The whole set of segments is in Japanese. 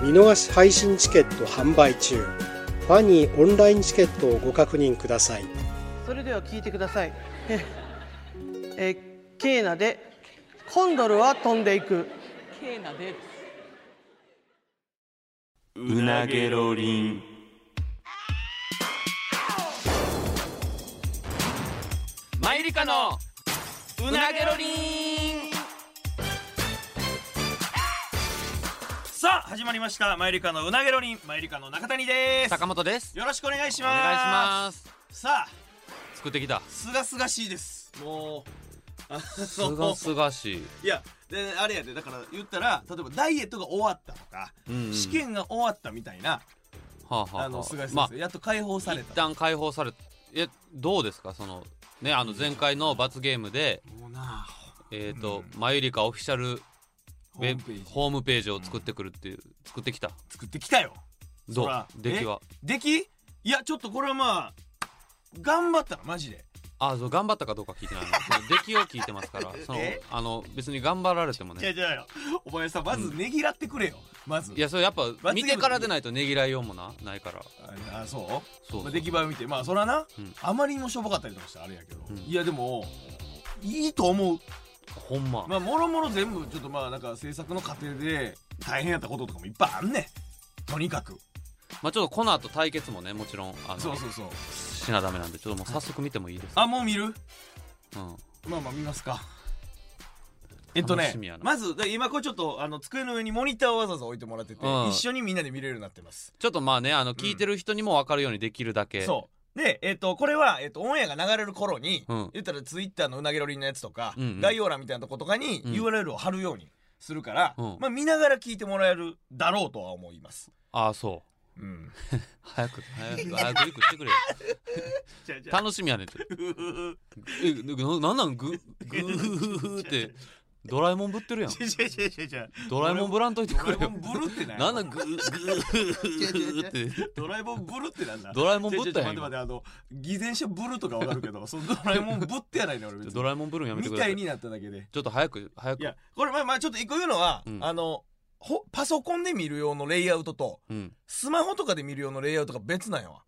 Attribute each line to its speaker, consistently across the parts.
Speaker 1: 見逃し配信チケット販売中ファニーオンラインチケットをご確認ください
Speaker 2: それでは聞いてください えーえーケーナでコンドルは飛んでいく
Speaker 3: ケーナで
Speaker 4: うなげろりんマイリカのうなげろりん
Speaker 5: さあ始まりましたマイリカのうなげろりんマイリカの中谷です
Speaker 4: 坂本です
Speaker 5: よろしくお願いし
Speaker 4: お
Speaker 5: ます
Speaker 4: 願いします
Speaker 5: さあ
Speaker 4: 作ってきた
Speaker 5: すがすがしいですもうあの
Speaker 4: すがすがしい
Speaker 5: いやであれやでだから言ったら例えばダイエットが終わったとか、
Speaker 4: うんうん
Speaker 5: 試験が終わったみたいな
Speaker 4: はあはあはあ
Speaker 5: あのすがす
Speaker 4: ま
Speaker 5: が
Speaker 4: あ
Speaker 5: しいです、やっと解放され
Speaker 4: 一
Speaker 5: た
Speaker 4: 旦解放されえどうですかそのねあの前回の罰ゲームで
Speaker 5: もうな
Speaker 4: えっ、と、マユリカオフィシャル
Speaker 5: ホ
Speaker 4: ウェ
Speaker 5: ー
Speaker 4: ブ
Speaker 5: ムページ
Speaker 4: ホームページを作ってくるっていう、作ってきた
Speaker 5: 作ってきたよ
Speaker 4: ど
Speaker 5: そうら
Speaker 4: 出来は
Speaker 5: え出来いやちょっとこれはまあ頑張ったなマジで
Speaker 4: あそう頑張ったかどうか聞いて ないのその出来を聞いてますからその
Speaker 5: え
Speaker 4: あの別に頑張られても
Speaker 5: いや
Speaker 4: ね
Speaker 5: いやいやお前さまずねぎらってくれよ、まず
Speaker 4: いやそれやっぱ
Speaker 5: 罰
Speaker 4: 見
Speaker 5: ゲーム
Speaker 4: てからでないとねぎらいようもなないから
Speaker 5: ああそう
Speaker 4: そう
Speaker 5: まあ、出来栄えを見てまあそらな、
Speaker 4: うん
Speaker 5: あまりにもしょぼかったりとかしたらあれやけど、
Speaker 4: うん
Speaker 5: いやでもいいと思う
Speaker 4: ほんま、
Speaker 5: まあもろもろ全部ちょっとまあなんか制作の過程で大変やったこととかもいっぱいあんねんとにかく
Speaker 4: まあちょっとこの後対決もねもちろんあの
Speaker 5: そうそうそう
Speaker 4: しなダメなんでちょっともう早速見てもいいですか
Speaker 5: あもう見る
Speaker 4: うん
Speaker 5: まあまあ見ますかえっとね
Speaker 4: 楽しみやな
Speaker 5: まずで今これちょっとあの机の上にモニターをわざわざ置いてもらってて、
Speaker 4: うん
Speaker 5: 一緒にみんなで見れるようになってます
Speaker 4: ちょっとまあねあの聞いてる人にも分かるようにできるだけ、
Speaker 5: そうでえっとこれは、えっと、オンエアが流れる頃に、
Speaker 4: うん
Speaker 5: 言ったらツイッターのうなぎロリンのやつとか、
Speaker 4: うんうん
Speaker 5: 概要欄みたいなとことかに
Speaker 4: うん
Speaker 5: URL を貼るようにするから、
Speaker 4: うん
Speaker 5: まあ、見ながら聞いてもらえるだろうとは思います。
Speaker 4: ああそう
Speaker 5: うん、
Speaker 4: 早く早 く早くゆっくりしてくれよ
Speaker 5: じゃじゃ
Speaker 4: 楽しみやねんて えななんなんぐぐーふふってドラえもんぶってるやん
Speaker 5: じゃじゃじゃじゃじゃ
Speaker 4: ドラえもんぶらんといて
Speaker 5: ド
Speaker 4: く
Speaker 5: ラえ
Speaker 4: れよ
Speaker 5: もんブルってな
Speaker 4: なんなんぐーぐーって
Speaker 5: ドラえもんブルってなんだ
Speaker 4: ドラえもんぶったやん
Speaker 5: ちょちょちょ待って待ってあの偽善者ブルとかわかるけどそのドラえもんぶってやないの俺別に
Speaker 4: ドラえもんぶるんやめてく
Speaker 5: み
Speaker 4: ださ
Speaker 5: たい
Speaker 4: い
Speaker 5: になっただけで
Speaker 4: ちょっと早く早
Speaker 5: い
Speaker 4: く
Speaker 5: やこれまあまあちょっと一個言うのは、
Speaker 4: うん
Speaker 5: あのほパソコンで見る用のレイアウトと
Speaker 4: うん
Speaker 5: スマホとかで見る用のレイアウトが別なんやわ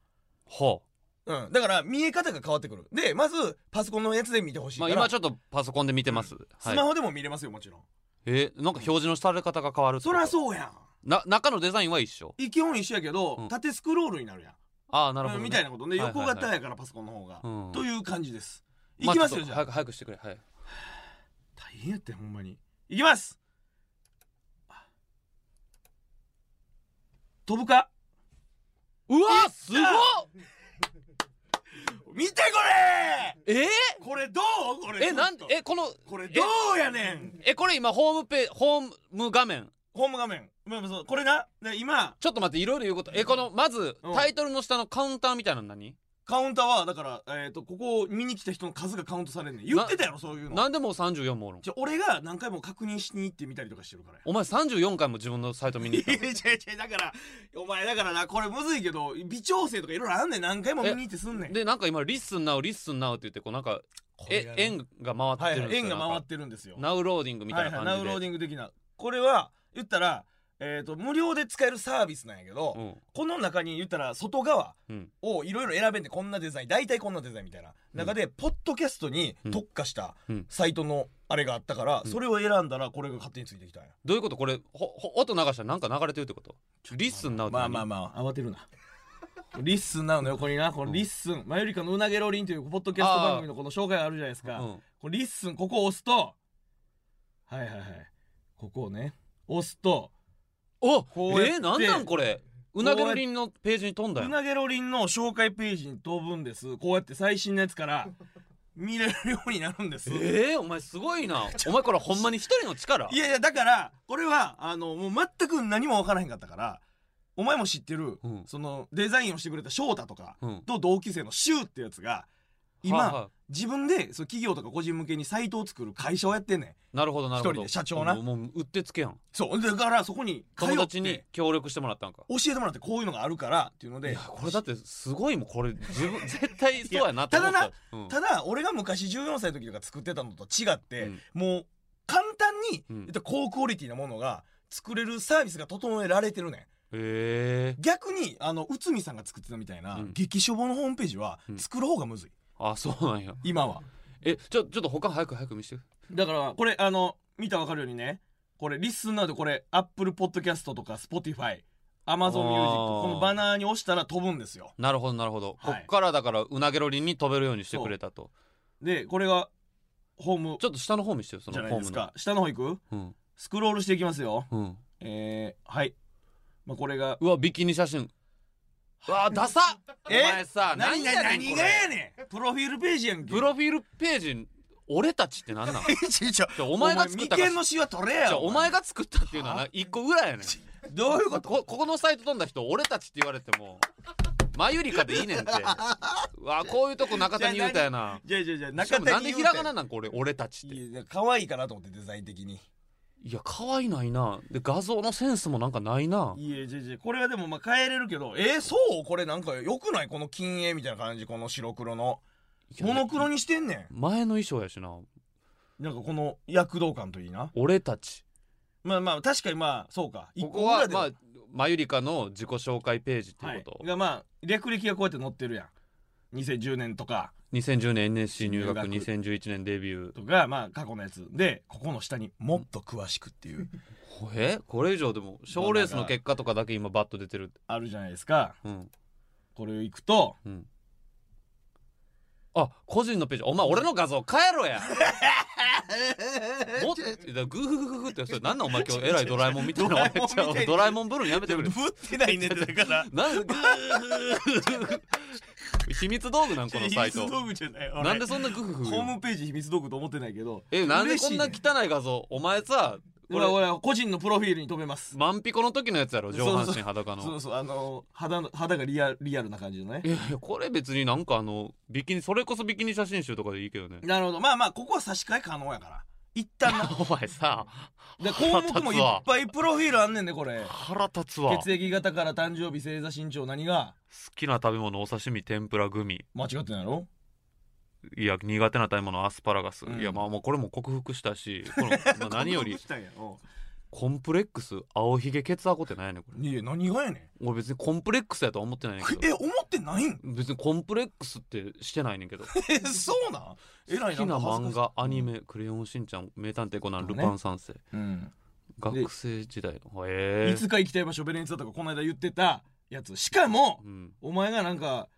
Speaker 4: ほ
Speaker 5: うん、だから見え方が変わってくるでまずパソコンのやつで見てほしいう
Speaker 4: ま
Speaker 5: か
Speaker 4: あ
Speaker 5: ら、
Speaker 4: 今ちょっとパソコンで見てます
Speaker 5: スマ
Speaker 4: はい
Speaker 5: ホでも見れますよもちろん
Speaker 4: えなんか表示のされ方が変わるってこ
Speaker 5: そ
Speaker 4: と
Speaker 5: りゃそうや
Speaker 4: な中のデザインは一緒
Speaker 5: ん基本一緒やけど、
Speaker 4: うん
Speaker 5: 縦スクロールになるやん
Speaker 4: ああなるほど
Speaker 5: うん
Speaker 4: ね
Speaker 5: みたいなこと
Speaker 4: は
Speaker 5: ね
Speaker 4: いはいはい
Speaker 5: 横型やからパソコンの方が、
Speaker 4: うん
Speaker 5: という感じですい
Speaker 4: あ
Speaker 5: きます
Speaker 4: ちょ
Speaker 5: よ、
Speaker 4: っと
Speaker 5: じゃ
Speaker 4: 早
Speaker 5: あ
Speaker 4: く早くしてくれはい
Speaker 5: 大変やってほんまにいきます飛ぶか
Speaker 4: うわすごっ
Speaker 5: 見てこ
Speaker 4: えー
Speaker 5: れこれどうこれ
Speaker 4: えなん
Speaker 5: ちょっと
Speaker 4: えこの
Speaker 5: これどうやねん
Speaker 4: えこれ今ホームペホーム画面
Speaker 5: ホーム画面まあまあそうこれなで今
Speaker 4: ちょっと待っていろいろ言うことえこのまず
Speaker 5: うん
Speaker 4: タイトルの下のカウンターみたいなの何
Speaker 5: カウンターはだから、えー、とここを見に来た人の数がカウントされんねん言ってたやろそういうの
Speaker 4: 何でもう34もおるん
Speaker 5: じゃあ俺が何回も確認しに行ってみたりとかしてる からや
Speaker 4: お前34回も自分のサイト見に行
Speaker 5: い
Speaker 4: っ
Speaker 5: やいやいやだからお前だからなこれむずいけど微調整とかいろいろあんねん何回も見に行ってすんね
Speaker 4: た
Speaker 5: ん
Speaker 4: でなんか今「リッスンナウリッスンナウ」って言ってこうなんか
Speaker 5: これ
Speaker 4: え
Speaker 5: がな
Speaker 4: 円が回
Speaker 5: は
Speaker 4: っ
Speaker 5: い
Speaker 4: て
Speaker 5: は
Speaker 4: るん
Speaker 5: い
Speaker 4: です
Speaker 5: 円
Speaker 4: よ
Speaker 5: が
Speaker 4: な
Speaker 5: 回
Speaker 4: んか
Speaker 5: ってるんですよ
Speaker 4: ナウローディングみたいな
Speaker 5: はいはい、ナウ
Speaker 4: 感
Speaker 5: ロー
Speaker 4: じ
Speaker 5: デ
Speaker 4: で
Speaker 5: ィング的なこれは言ったら、えー、と無料で使えるサービスなんやけど、
Speaker 4: うん
Speaker 5: この中に言ったら外側
Speaker 4: うん
Speaker 5: をいろいろ選べんでこんなデザイン大体こんなデザインみたいな中で、ポッドキャストに特化した
Speaker 4: うん
Speaker 5: サイトのあれがあったから、
Speaker 4: うん
Speaker 5: それを選んだらこれが勝手についてきたんや
Speaker 4: どういうことこれほほ音流したらなんか流れてるってことリッスンナウって
Speaker 5: まあ
Speaker 4: 何
Speaker 5: まあまあ慌てるなリッスンなの横になこのリッスン、マユリカのうなげろりんというポッドキャスト番組のこの紹介あるじゃないですか、
Speaker 4: うん
Speaker 5: これリッスンここを押すとはいはいはいここをね押すと
Speaker 4: お
Speaker 5: こうやって
Speaker 4: えー、なんなんこれうなげろりんのページに飛んだ
Speaker 5: う
Speaker 4: よ
Speaker 5: なげろりんの紹介ページに飛ぶんですこうやって最新のやつから見れるようになるんです、
Speaker 4: ええお前すごいな。お前これほんまに一人の力
Speaker 5: いやいやだからこれはあのもう全く何も分からへんかったからお前も知ってる、
Speaker 4: うん
Speaker 5: そのデザインをしてくれた翔太とか
Speaker 4: うん
Speaker 5: と同級生の柊ってやつが今、
Speaker 4: はいは
Speaker 5: 自分でそう企業とか個人向けにサイトを作る会社をやってんねん
Speaker 4: いなるほどなるほど。
Speaker 5: 一人で社長な
Speaker 4: もうもううってつけやん。
Speaker 5: そうだからそこに通
Speaker 4: 友
Speaker 5: っ
Speaker 4: 達に
Speaker 5: て
Speaker 4: 協力してもらったんか。
Speaker 5: 教えてもらってこういうのがあるからっていうの
Speaker 4: い
Speaker 5: で
Speaker 4: やこれだってすごいもんこれ自分絶対そうやなと思った。
Speaker 5: いや
Speaker 4: うん
Speaker 5: ただ俺が昔14歳の時とか作ってたのと違って、
Speaker 4: うん
Speaker 5: もう簡単に、
Speaker 4: うん
Speaker 5: 言ったら高クオリティなものが作れるサービスが整えられてるねん
Speaker 4: ええ
Speaker 5: 逆にあの内海さんが作ってたみたいな、
Speaker 4: うん
Speaker 5: 激しょぼのホームページは
Speaker 4: うん
Speaker 5: 作る方がむずい、
Speaker 4: あそうなんや。
Speaker 5: 今は
Speaker 4: えちょちょっと他早く早く見して。
Speaker 5: だからこれあの見たらわかるようにねこれリスンなどこれ Apple Podcast とか Spotify Amazon
Speaker 4: あー
Speaker 5: Music このバナーに押したら飛ぶんですよ
Speaker 4: なるほどなるほど。
Speaker 5: は
Speaker 4: こ
Speaker 5: い
Speaker 4: っからだからうなげろりんに飛べるようにしてくれたと。
Speaker 5: でこれがホーム
Speaker 4: ちょっと下の方見してよそ
Speaker 5: じゃ
Speaker 4: の
Speaker 5: な
Speaker 4: ホ
Speaker 5: いで
Speaker 4: ーム
Speaker 5: す
Speaker 4: の
Speaker 5: か。下の方行く
Speaker 4: うん
Speaker 5: スクロールしていきますよ
Speaker 4: うん。
Speaker 5: えー、はい、まあ、これが
Speaker 4: うわビキニ写真。うわダサ。お
Speaker 5: え
Speaker 4: 前さ何やねんこれ
Speaker 5: ねんプロフィールページやんけ
Speaker 4: プロフィールページ俺たちって なんなん。
Speaker 5: ページちょ
Speaker 4: じゃあお前が作ったか
Speaker 5: 眉間のシワ取れ
Speaker 4: じゃあ
Speaker 5: や
Speaker 4: お前が作ったっていうのはな
Speaker 5: は
Speaker 4: 一個ぐらいやねん。
Speaker 5: どういうこと
Speaker 4: こここのサイト飛んだ人俺たちって言われてもマユリカでいい ねんってうわこういうとこ中谷優太やな
Speaker 5: じゃあじゃあじゃあ
Speaker 4: しか
Speaker 5: 中
Speaker 4: も
Speaker 5: 谷
Speaker 4: な
Speaker 5: 優
Speaker 4: ん
Speaker 5: 太
Speaker 4: でひらがななんこれ俺たちって
Speaker 5: いや可愛いかなと思ってデザイン的に
Speaker 4: いや可愛いないなで画像のセンスもなんかないない
Speaker 5: やじゃあじゃあこれはでもまあ変えれるけどえー、そうこれなんか良くないこの金鋭みたいな感じこの白黒の
Speaker 4: いや
Speaker 5: モノクロにしてんね
Speaker 4: 前の衣装やしなん
Speaker 5: なんかこの躍動感といいな
Speaker 4: 俺たち
Speaker 5: まあまあ確かにまあそうか一
Speaker 4: こ
Speaker 5: 個
Speaker 4: こ
Speaker 5: ぐら
Speaker 4: はい
Speaker 5: で
Speaker 4: まあマユリカの自己紹介ページって
Speaker 5: は
Speaker 4: いう
Speaker 5: い
Speaker 4: こと、
Speaker 5: がまあ略歴がこうやって載ってるやん2010年とか
Speaker 4: 2010年 NSC 入学
Speaker 5: 入学
Speaker 4: 2011年デビュー
Speaker 5: とかまあ過去のやつでここの下にもっと詳しくっ ていう
Speaker 4: ほえこれ以上でも賞レースの結果とかだけ今バッと出てる
Speaker 5: あるじゃないですか
Speaker 4: うん
Speaker 5: これいくと
Speaker 4: うん。あ、個人のページ。お前、俺の画像変えろや。もっと、グーフフフフって、それなんなんお前今日、えらいドラえもんみたいな。
Speaker 5: ドラえもんみたいに
Speaker 4: ちゃうドラえもんブルーやめてくれ。
Speaker 5: ぶってない ねだから
Speaker 4: なんで、グーフフフフ。秘密道具なんこのサイ
Speaker 5: 秘密道
Speaker 4: ト。
Speaker 5: 具じゃ ない俺
Speaker 4: なんでそんなグーフフフ
Speaker 5: ホームページ秘密道具と思ってないけど
Speaker 4: え、なんでこんな
Speaker 5: こ
Speaker 4: 汚い画像お前さ、これ、
Speaker 5: れ俺個人のプロフィールに飛べます
Speaker 4: 万ピコの時のやつやろ上半
Speaker 5: そう
Speaker 4: 身
Speaker 5: そう
Speaker 4: 裸
Speaker 5: そ
Speaker 4: の
Speaker 5: う。そうあの肌の肌がリアリアルな感じのね
Speaker 4: いやいや、これ別になんかあの、ビキニ、それこそビキニ写真集とかでいいけど ね。
Speaker 5: なるほどまあまあここは差し替え可能やから一旦な
Speaker 4: お前さ、
Speaker 5: で項目もいっぱいプロフィールあんねんねこれ
Speaker 4: 腹立つわ。
Speaker 5: 血液型から誕生日星座身長何が
Speaker 4: 好きな食べ物お刺身天ぷらグミ
Speaker 5: 間違ってないやろ
Speaker 4: いや苦手な食べ物アスパラガス、
Speaker 5: うん
Speaker 4: いやまあもうこれも克服したしこの、まあ、何より
Speaker 5: こんなことしたんやお
Speaker 4: コンプレックス青ひげケツアコってないねんこれ
Speaker 5: いや何がやねん
Speaker 4: 俺別にコンプレックスやとは思ってないねんけど
Speaker 5: え思ってないん
Speaker 4: 別にコンプレックスってしてないねんけど好
Speaker 5: えそうなん えら
Speaker 4: き
Speaker 5: いんか
Speaker 4: な
Speaker 5: 恥
Speaker 4: 漫
Speaker 5: ずか
Speaker 4: 画
Speaker 5: しい
Speaker 4: アニメ「クレヨンしんちゃん」「名探偵コナン」「
Speaker 5: ね
Speaker 4: ルパン三世」
Speaker 5: うん
Speaker 4: 学生時代のへえ
Speaker 5: いつか行きたい場所ベレンツァとかこの間言ってたやつしかも
Speaker 4: うん、
Speaker 5: お前がなんか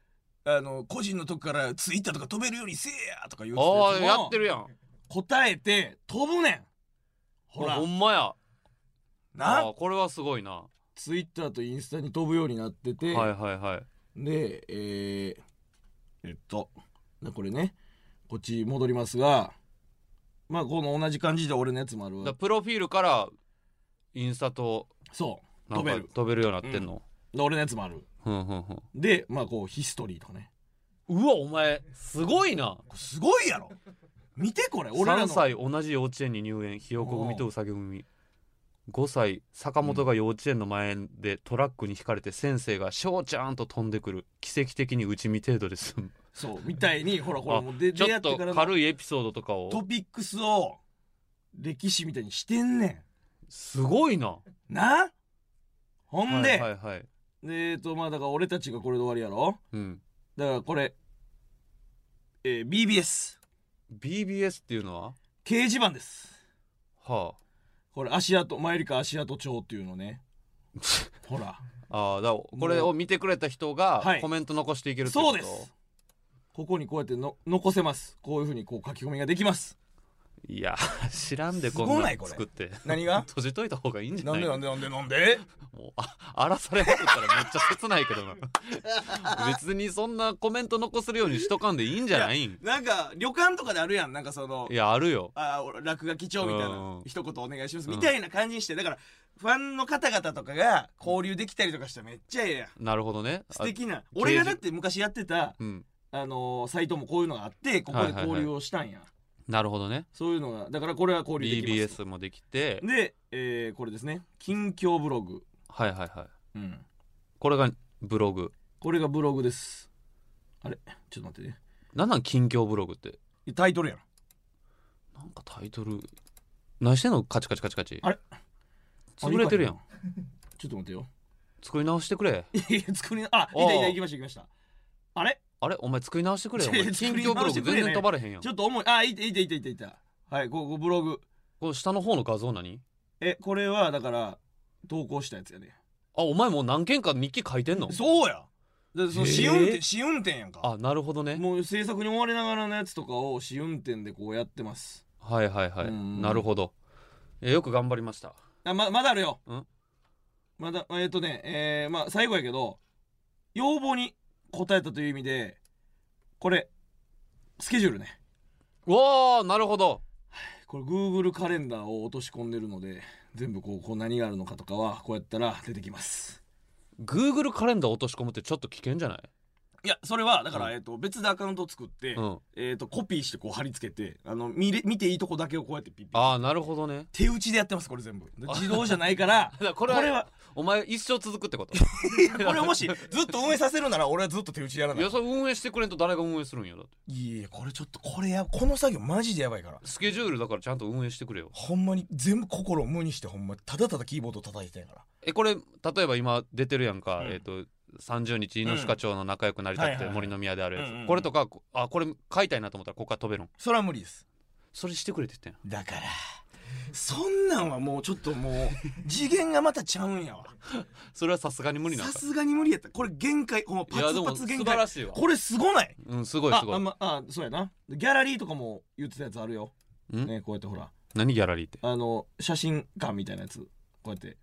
Speaker 5: あの個人のとこからツイッターとか飛べるようにせえやとか言って
Speaker 4: ああ
Speaker 5: たや
Speaker 4: や
Speaker 5: つも
Speaker 4: ってるやん
Speaker 5: 答えて飛ぶねんほ
Speaker 4: ほ
Speaker 5: ら
Speaker 4: ほんまやあ
Speaker 5: な
Speaker 4: ーこれはすごいなは
Speaker 5: ツイッターとインスタに飛ぶようになってて、
Speaker 4: いはいはい
Speaker 5: でえーえっとなこれねこっち戻りますがまあこの同じ感じで俺のやつもある
Speaker 4: だからプロフィールからインスタと
Speaker 5: そう
Speaker 4: なん
Speaker 5: 飛
Speaker 4: か
Speaker 5: べる
Speaker 4: 飛べるようになってんの、
Speaker 5: で俺のやつもある
Speaker 4: ふんふんふん
Speaker 5: でまあこうヒストリーとかね
Speaker 4: うわお前すごいな
Speaker 5: これすごいやろ見てこれ俺らの
Speaker 4: 3歳同じ幼稚園に入園ひよこ組とうさぎ組5歳坂本が幼稚園の前でトラックにひかれて先生が「しょうちゃん」と飛んでくる奇跡的にうちみ程度です
Speaker 5: そうみたいにほらほら
Speaker 4: あ
Speaker 5: もうで
Speaker 4: ち
Speaker 5: 出
Speaker 4: ょ
Speaker 5: 会
Speaker 4: っ
Speaker 5: って
Speaker 4: と
Speaker 5: からの
Speaker 4: 軽いエピソードとかを
Speaker 5: トピックスを歴史みたいにしてんね
Speaker 4: すごいなん
Speaker 5: なほんで、
Speaker 4: はいはいはい
Speaker 5: でえっとまあだから俺たちがこれで終わりやろ
Speaker 4: うん
Speaker 5: だからこれ、えー BBS
Speaker 4: BBS っていうのは
Speaker 5: 掲示板です
Speaker 4: は
Speaker 5: これ足跡マユリカ足跡帳っていう のねほら
Speaker 4: ああーだからこれを見てくれた人が
Speaker 5: はい
Speaker 4: コメント残していけるってこと
Speaker 5: そうですここにこうやっての残せますこういうふうにこう書き込みができます
Speaker 4: いや 知らんですこ
Speaker 5: ご
Speaker 4: ん
Speaker 5: な
Speaker 4: ない
Speaker 5: こ
Speaker 4: ん
Speaker 5: れ
Speaker 4: 作って
Speaker 5: 何が
Speaker 4: 閉じといた方がいいんじゃ
Speaker 5: な
Speaker 4: なんい
Speaker 5: でなんでなんでなんで
Speaker 4: もうあ荒らされまくったらめっちゃ切ないけどな別にそんな コメント残せるようにしとかんでいいんじゃないん
Speaker 5: なんか旅館とかであるやんなんかその
Speaker 4: いやあるよ
Speaker 5: あー落書き帳みたい
Speaker 4: うん
Speaker 5: な一言お願いします
Speaker 4: うん
Speaker 5: みたいな感じにしてだからファンの方々とかが交流できたりとかしたらめっちゃええやん
Speaker 4: なるほどねあ
Speaker 5: 素敵な
Speaker 4: 示
Speaker 5: 俺がだって昔やってた
Speaker 4: うん
Speaker 5: あのーサイトもこういうのがあってここで交流をしたんや
Speaker 4: なるほどね
Speaker 5: そういうのがだからこれは交流できます
Speaker 4: BBS もできて
Speaker 5: で、えーこれですね近況ブログ、
Speaker 4: はいはいはい
Speaker 5: うん、
Speaker 4: これがブログ
Speaker 5: これがブログですあれちょっと待ってね
Speaker 4: なんなん近況ブログって
Speaker 5: タイトルやろ
Speaker 4: なんかタイトル何してんのカチカチカチカチ
Speaker 5: あれ
Speaker 4: 潰れてるや
Speaker 5: あ
Speaker 4: ん
Speaker 5: いいかちょっと待っ てよ
Speaker 4: 作り直してくれ
Speaker 5: いや作りなあいたいた行きました行きましたあれ
Speaker 4: あれお前作り直してくれよお
Speaker 5: い
Speaker 4: 前
Speaker 5: や
Speaker 4: 近
Speaker 5: 作り
Speaker 4: 況ブロ
Speaker 5: 直
Speaker 4: グ
Speaker 5: して
Speaker 4: 全
Speaker 5: くれね
Speaker 4: 然飛ばれへんやん
Speaker 5: ちょっと重いあいたいたいたいたいたはいここブログ
Speaker 4: この下の方の画像何
Speaker 5: えこれはだから投稿したやつやね
Speaker 4: あお前もう何件か日記書いてんの
Speaker 5: そうやでその
Speaker 4: へえ
Speaker 5: 試運転試運転やんか
Speaker 4: あなるほどね
Speaker 5: もう制作に追われながらのやつとかを試運転でこうやってます
Speaker 4: はいはいは
Speaker 5: う
Speaker 4: い
Speaker 5: ん
Speaker 4: なるほどいやよく頑張りました
Speaker 5: あままだあるよ
Speaker 4: ん
Speaker 5: まだえっ、とねえー、まあ最後やけど要望に応えたという意味でこれスケジュールね
Speaker 4: うわあなるほど
Speaker 5: これ Google カレンダーを落とし込んでるので全部こうこう何があるのかとかはこうやったら出てきます
Speaker 4: Google カレンダー落とし込むってちょっと危険じゃない
Speaker 5: いやそれはだから、
Speaker 4: うん
Speaker 5: えー、と別でアカウントを作って、
Speaker 4: うん
Speaker 5: えー、とコピーしてこう貼り付けてあの見れ見ていいとこだけをこうやってピッピッ
Speaker 4: ああなるほどね
Speaker 5: 手打ちでやってますこれ全 部自動じゃないから
Speaker 4: だからこれは
Speaker 5: これは
Speaker 4: お前一生続くってこと
Speaker 5: これをもし ずっと運営させるなら俺はずっと手打ちでやらない
Speaker 4: いやそれ運営してくれんと誰が運営するんやだって
Speaker 5: いやいやこれちょっとこれやこの作業マジでやばいから
Speaker 4: スケジュールだからちゃんと運営してくれよ
Speaker 5: ほんまに全部心を無にしてほんまただただキーボード叩いてんから
Speaker 4: えこれ例えば今出てるやんか、
Speaker 5: うん
Speaker 4: えっ、と30日猪鹿町の仲良くなりた
Speaker 5: うん
Speaker 4: く
Speaker 5: はい
Speaker 4: て
Speaker 5: はい
Speaker 4: 森の宮であるやつ、
Speaker 5: うんうんうん
Speaker 4: これとかこあこれ買いたいなと思ったらここから飛べるん
Speaker 5: それは無理です
Speaker 4: それしてくれって言っ
Speaker 5: だからそんなんはもうちょっともう 次元がまたちゃうんやわ
Speaker 4: たんやそれはさすがに無理なん
Speaker 5: さ
Speaker 4: か
Speaker 5: すがに無理やったこれ限界ほんま
Speaker 4: いや
Speaker 5: パ
Speaker 4: で
Speaker 5: ツ
Speaker 4: も
Speaker 5: パ
Speaker 4: 素
Speaker 5: ツ限
Speaker 4: 晴
Speaker 5: 界
Speaker 4: らしいわ
Speaker 5: これすごない
Speaker 4: うんすごい
Speaker 5: あ
Speaker 4: すご
Speaker 5: あ,、
Speaker 4: い
Speaker 5: まあそうやなギャラリーとかも言ってたやつあるよ
Speaker 4: ん
Speaker 5: ねこうやってほら
Speaker 4: 何ギャラリーって
Speaker 5: あの写真館みたいなやつこうやって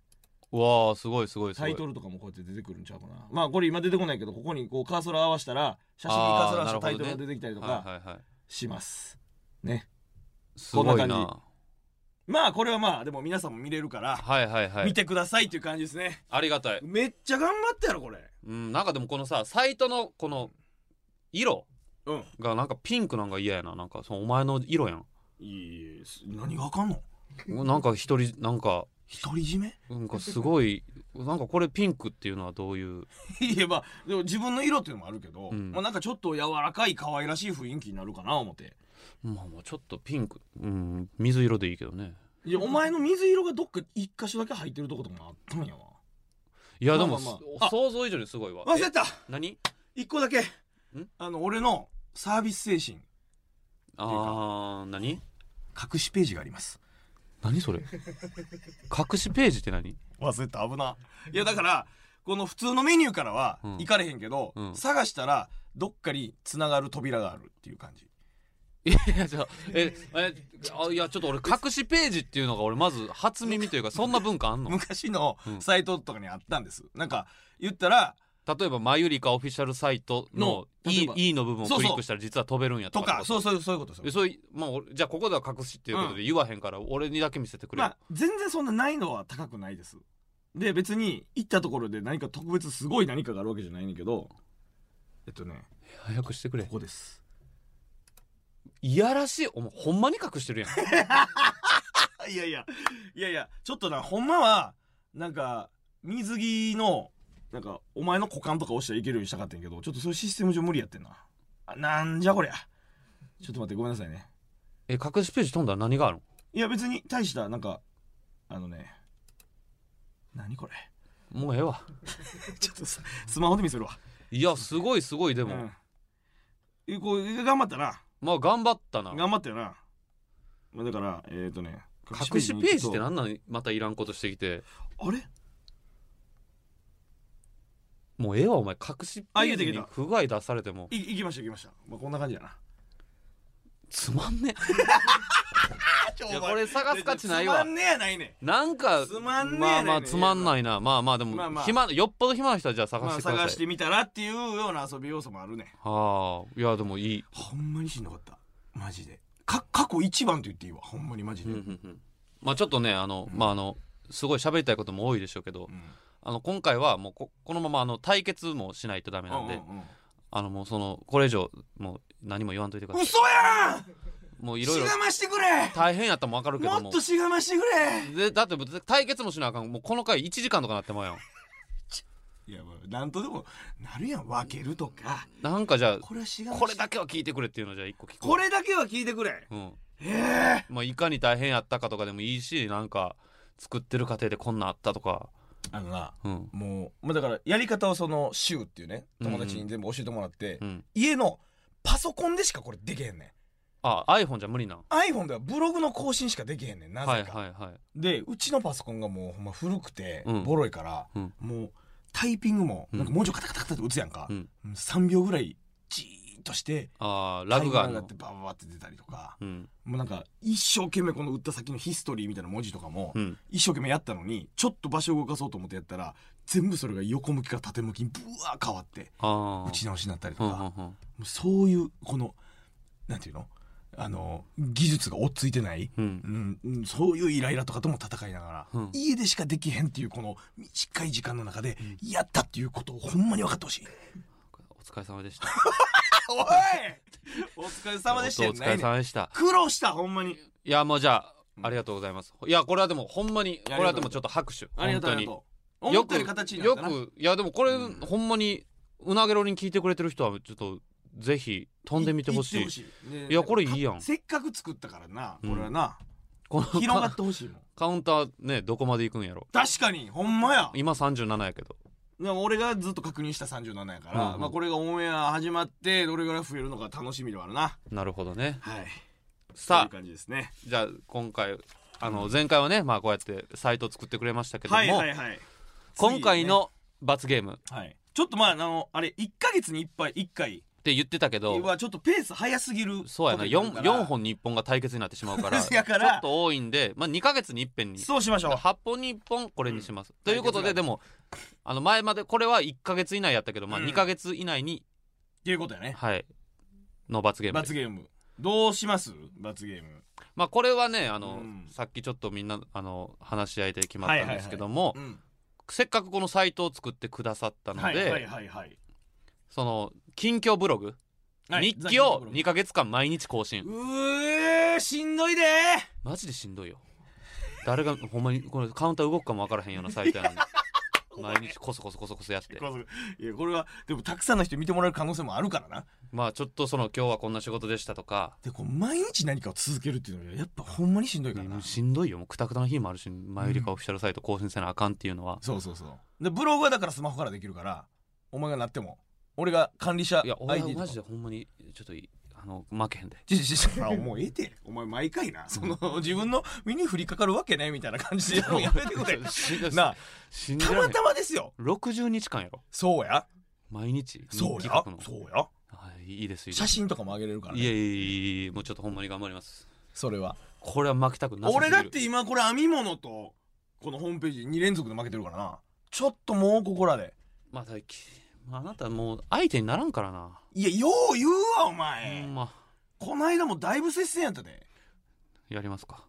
Speaker 4: うわあすごいすごいすご
Speaker 5: タ
Speaker 4: い
Speaker 5: イトルとかもこうやって出てくるんちゃうかなまあこれ今出てこないけどここにこうカーソル合わせたら写真にカーソル合わせた
Speaker 4: あーな
Speaker 5: タ
Speaker 4: る
Speaker 5: イ
Speaker 4: ほど
Speaker 5: ト
Speaker 4: ね
Speaker 5: ルが出てきたりと
Speaker 4: は
Speaker 5: か
Speaker 4: いはいはい
Speaker 5: します、ね
Speaker 4: すごい
Speaker 5: こ
Speaker 4: なん
Speaker 5: な感まあこれはまあでも皆さんも見れるから
Speaker 4: はいはいは
Speaker 5: 見
Speaker 4: い
Speaker 5: てくださいっていう感じですね、
Speaker 4: ありがたい
Speaker 5: めっちゃ頑張ったやろこれ
Speaker 4: うんなんかでもこのさサイトのこの色
Speaker 5: うん
Speaker 4: がなんかピンクなんか嫌やななんかそのお前の色やん
Speaker 5: いいえす何があかんの
Speaker 4: なんか一人なんか
Speaker 5: 独り占め
Speaker 4: なんかすごいなんかこれピンクっていうのはどういう
Speaker 5: いやまあでも自分の色っていうのもあるけど、
Speaker 4: うん
Speaker 5: まあなんかちょっと柔らかい可愛らしい雰囲気になるかな思って
Speaker 4: まあまあちょっとピンクうん水色でいいけどね
Speaker 5: いやお前の水色がどっか一箇所だけ入ってるとことかもあったんやわ
Speaker 4: いやでも、
Speaker 5: まあまあまあ
Speaker 4: そ想像以上にすごいわ
Speaker 5: 忘
Speaker 4: え
Speaker 5: れた
Speaker 4: 何
Speaker 5: 一個だけあの俺のサービス精神
Speaker 4: あー何
Speaker 5: 隠しページがあります
Speaker 4: 何それ隠しページって何
Speaker 5: 忘れた危ないやだからこの普通のメニューからは
Speaker 4: うん
Speaker 5: 行かれへんけど、
Speaker 4: うん
Speaker 5: 探したらどっかに繋がる扉があるっていう感じ
Speaker 4: いやいやじゃあええあいやちょっと俺隠しページっていうのが俺まず初耳 というかそんな文化あんの
Speaker 5: 昔の
Speaker 4: うん
Speaker 5: サイトとかにあったんです、なんか言ったら
Speaker 4: 例えばマユリカオフィシャルサイトの
Speaker 5: の
Speaker 4: E
Speaker 5: 例えば
Speaker 4: E の部分をクリックしたら実は飛べるんや
Speaker 5: と
Speaker 4: とか
Speaker 5: かそう
Speaker 4: う
Speaker 5: そうそういうことですよ
Speaker 4: えそういまあ俺じゃあここでは隠しっていうことで言わへんから俺にだけ見せてくれ
Speaker 5: ま
Speaker 4: る、
Speaker 5: あ全然そんなないのは高くないですで別に行ったところで何か特別すごい何かがあるわけじゃないねんだけどえっとね
Speaker 4: 早くしてくれ
Speaker 5: ここです
Speaker 4: いやらしいお前ほんまに隠してる やん
Speaker 5: あいやいやいやいやちょっとなほんまはなんか水着のなんかお前の股間とか押したらいけるようにしたかったんやけどちょっとそういうシステム上無理やってんなあなんじゃこりゃちょっと待ってごめんなさいね
Speaker 4: え隠しページ飛んだら何があるの
Speaker 5: いや別に大したなんかあのね何これ
Speaker 4: もうええわ
Speaker 5: ちょっとススマホで見せるわ
Speaker 4: いやすごいすごいで
Speaker 5: で
Speaker 4: も、
Speaker 5: うん、こう頑張ったな
Speaker 4: まあ頑張ったな
Speaker 5: 頑張ったよなまあだからえっ、とね
Speaker 4: 隠しページって
Speaker 5: な
Speaker 4: なんなんまたいらんことしてきて
Speaker 5: あれ
Speaker 4: もうええわお前隠しペ
Speaker 5: あ
Speaker 4: ー
Speaker 5: 言うて
Speaker 4: ジ
Speaker 5: き
Speaker 4: に
Speaker 5: た
Speaker 4: 不具合出されても
Speaker 5: い行きました行きましたまあこんな感じやな
Speaker 4: つまんね
Speaker 5: ちょ
Speaker 4: いやこれ探す価値ない
Speaker 5: つま
Speaker 4: わ
Speaker 5: んねやないねん
Speaker 4: なんか
Speaker 5: つまんねえ
Speaker 4: まあま
Speaker 5: な
Speaker 4: あ
Speaker 5: いね
Speaker 4: つまんないなまあまあでも、
Speaker 5: まあまあ
Speaker 4: 暇よっぽど暇な人はじゃあ探
Speaker 5: ま
Speaker 4: し
Speaker 5: あ
Speaker 4: てください、
Speaker 5: 探してみたらっていうような遊び要素もあるねん
Speaker 4: はあいやでもいい
Speaker 5: ほんまにしんどかったマジでか過去一番と言っていいわほんまにマジで、
Speaker 4: まあちょっとねあの、まああのすごい喋りたいことも多いでしょうけど、あの今回はもうここのままあの対決もしないとダメなんで、あのもうそのこれ以上もう何も言わんといてください
Speaker 5: 嘘やん
Speaker 4: もういろい
Speaker 5: し
Speaker 4: ろ
Speaker 5: がましてくれ
Speaker 4: 大変やったらも分かるけど
Speaker 5: も
Speaker 4: も
Speaker 5: っとしがましてくれ
Speaker 4: でだって対決もしなあかんもうこの回1時間とかなってまうやん
Speaker 5: いやもうなんとでもなるやん分けるとか
Speaker 4: なんかじゃあ
Speaker 5: これはしがまし
Speaker 4: これだけは聞いてくれっていうのじゃあ1個聞こう
Speaker 5: これだけは聞いてくれ
Speaker 4: うんまあ、いかに大変やったかとかでもいいしなんか作ってる過程でこんなんあったとか
Speaker 5: あのな
Speaker 4: うん
Speaker 5: もう、まあ、だからやり方をそのシューっていうね友達に全部教えてもらって、
Speaker 4: うん
Speaker 5: 家のパソコンでしかこれできへんねん
Speaker 4: あ iPhone じゃ無理なん
Speaker 5: iPhone ではブログの更新しかできへんねんなぜか、
Speaker 4: はいはいはい
Speaker 5: でうちのパソコンがもうほんま古くて
Speaker 4: うん
Speaker 5: ボロいから、
Speaker 4: うん
Speaker 5: もうタイピングも
Speaker 4: うん
Speaker 5: なんか文字をカタカタカタって打つやんか、
Speaker 4: うん
Speaker 5: 3秒ぐらいじーっとして
Speaker 4: あーラグがあ
Speaker 5: タ
Speaker 4: る
Speaker 5: イマーがあっ
Speaker 4: の
Speaker 5: てバババって出たりとか、
Speaker 4: うん
Speaker 5: もうなんか一生懸命この打った先のヒストリーみたいな文字とかも、
Speaker 4: うん
Speaker 5: 一生懸命やったのにちょっと場所を動かそうと思ってやったら全部それが横向きから縦向きにブワー変わって
Speaker 4: ああ
Speaker 5: 打ち直しになったりと
Speaker 4: うん
Speaker 5: か、
Speaker 4: うん
Speaker 5: も
Speaker 4: うん
Speaker 5: うそういうこのなんていうのあの技術が追っついてない、
Speaker 4: うん
Speaker 5: うんうん、そういうイライラとかとも戦いながら、
Speaker 4: うん
Speaker 5: 家でしかできへんっていうこの短い時間の中でやったっていうことをほんまに分かってほ しい。
Speaker 4: お疲れ様でした
Speaker 5: おいお疲れ様でした
Speaker 4: お疲れ様でした
Speaker 5: 苦労したほんまに。
Speaker 4: いやもうじゃあありがとうございますいやこれはでもほんまにこ
Speaker 5: や
Speaker 4: れはでもちょっと拍手
Speaker 5: あり
Speaker 4: 本
Speaker 5: がとう
Speaker 4: 当
Speaker 5: あり
Speaker 4: に
Speaker 5: がとう。思
Speaker 4: よ
Speaker 5: った
Speaker 4: く
Speaker 5: より形にな
Speaker 4: よ
Speaker 5: ったな。
Speaker 4: くいやでもこれ
Speaker 5: うん
Speaker 4: ほんまにうなげろに聞いてくれてる人はちょっとぜひ飛んでみてほしい
Speaker 5: 行ってほね
Speaker 4: いやこれいいやん
Speaker 5: せっかく作ったからな、
Speaker 4: うん
Speaker 5: これ はな
Speaker 4: この
Speaker 5: 広がってほしいもん。
Speaker 4: カウンターねどこまで行くんやろ
Speaker 5: 確かにほんまや。
Speaker 4: 今37やけど
Speaker 5: なんか俺がずっと確認した37やから、
Speaker 4: うんうん
Speaker 5: まあこれがオンエア始まってどれぐらい増えるのか楽しみではあるな。
Speaker 4: なるほどね
Speaker 5: はい。
Speaker 4: さ
Speaker 5: と
Speaker 4: あ
Speaker 5: いう感じですね。
Speaker 4: じゃあ今回あの前回はねまあこうやってサイト作ってくれましたけども、
Speaker 5: はいはいはい。
Speaker 4: 今回の罰ゲームっ
Speaker 5: 次ね、はい、ちょっとまああのあれ1か月に1杯1回
Speaker 4: て言ってたけど
Speaker 5: はちょっとペース早すぎる
Speaker 4: そうやな
Speaker 5: ことにる
Speaker 4: 4,
Speaker 5: から
Speaker 4: 4本に1本が対決になってしまう から
Speaker 5: やから
Speaker 4: ちょっと多いんで、まあ、2ヶ月に1遍に
Speaker 5: そうしましょう
Speaker 4: 8本に1本これにします、ということ
Speaker 5: 対
Speaker 4: でで
Speaker 5: 決が
Speaker 4: もあの前までこれは1ヶ月以内やったけど、まあ、
Speaker 5: うん
Speaker 4: 2ヶ月以内に、
Speaker 5: っていうことやね
Speaker 4: はいの罰ゲームで
Speaker 5: 罰ゲームどうします罰ゲーム
Speaker 4: まあこれはねあの、
Speaker 5: うん
Speaker 4: さっきちょっとみんなあの話し合いで決まったんですけども、
Speaker 5: うん
Speaker 4: せっかくこのサイトを作ってくださったので、
Speaker 5: はいはいはいはい
Speaker 4: その近況ブログ、
Speaker 5: はい
Speaker 4: 日記を
Speaker 5: ザ
Speaker 4: 2ヶ月間毎日更新
Speaker 5: うーしんどいで
Speaker 4: マジでしんどいよ誰がほんまにこのカウンター動くかもわからへんようなサイトやのに 毎日コソコソコソコソやって
Speaker 5: こいやこれはでもたくさんの人に見てもらえる可能性もあるからな
Speaker 4: まあちょっとその今日はこんな仕事でしたとか
Speaker 5: でこう毎日何かを続けるっていうのはやっぱほんまにしんどいからな、
Speaker 4: しんどいよもうクタクタの日もあるし前売りかオフィシャルサイト更新せなあかんっていうのは、
Speaker 5: そうそうそうでブログはだからスマホからできるからお前がなっても俺が管理者
Speaker 4: いや俺は
Speaker 5: ID とか
Speaker 4: マジでほんまにちょっといあの負けへん で
Speaker 5: ちょちょ ちょもうええてお前毎回なその自分の身に降りかかるわけねみたいな感じでやるのやめてくれ
Speaker 4: 信じ
Speaker 5: なあ
Speaker 4: 信じ
Speaker 5: た
Speaker 4: られへ
Speaker 5: ま
Speaker 4: ん
Speaker 5: たまですよ
Speaker 4: 60日間やろ
Speaker 5: そうや
Speaker 4: 毎日
Speaker 5: そう
Speaker 4: 日記
Speaker 5: や
Speaker 4: 書くの
Speaker 5: そうや
Speaker 4: はいいいですいいで
Speaker 5: 写
Speaker 4: す
Speaker 5: 真とかもあげれるから
Speaker 4: いや
Speaker 5: ね
Speaker 4: いやいやいやもうちょっとほんまに頑張ります
Speaker 5: それは
Speaker 4: これは負けたくなさすぎる
Speaker 5: 俺だって今これ編み物とこのホームページ2連続で負けてるからなちょっともうここらで
Speaker 4: まあ、だきまああなたもう相手にならんからない
Speaker 5: やよう言うわお前、
Speaker 4: ほんま
Speaker 5: こないだもだいぶ接戦やったで
Speaker 4: やりますか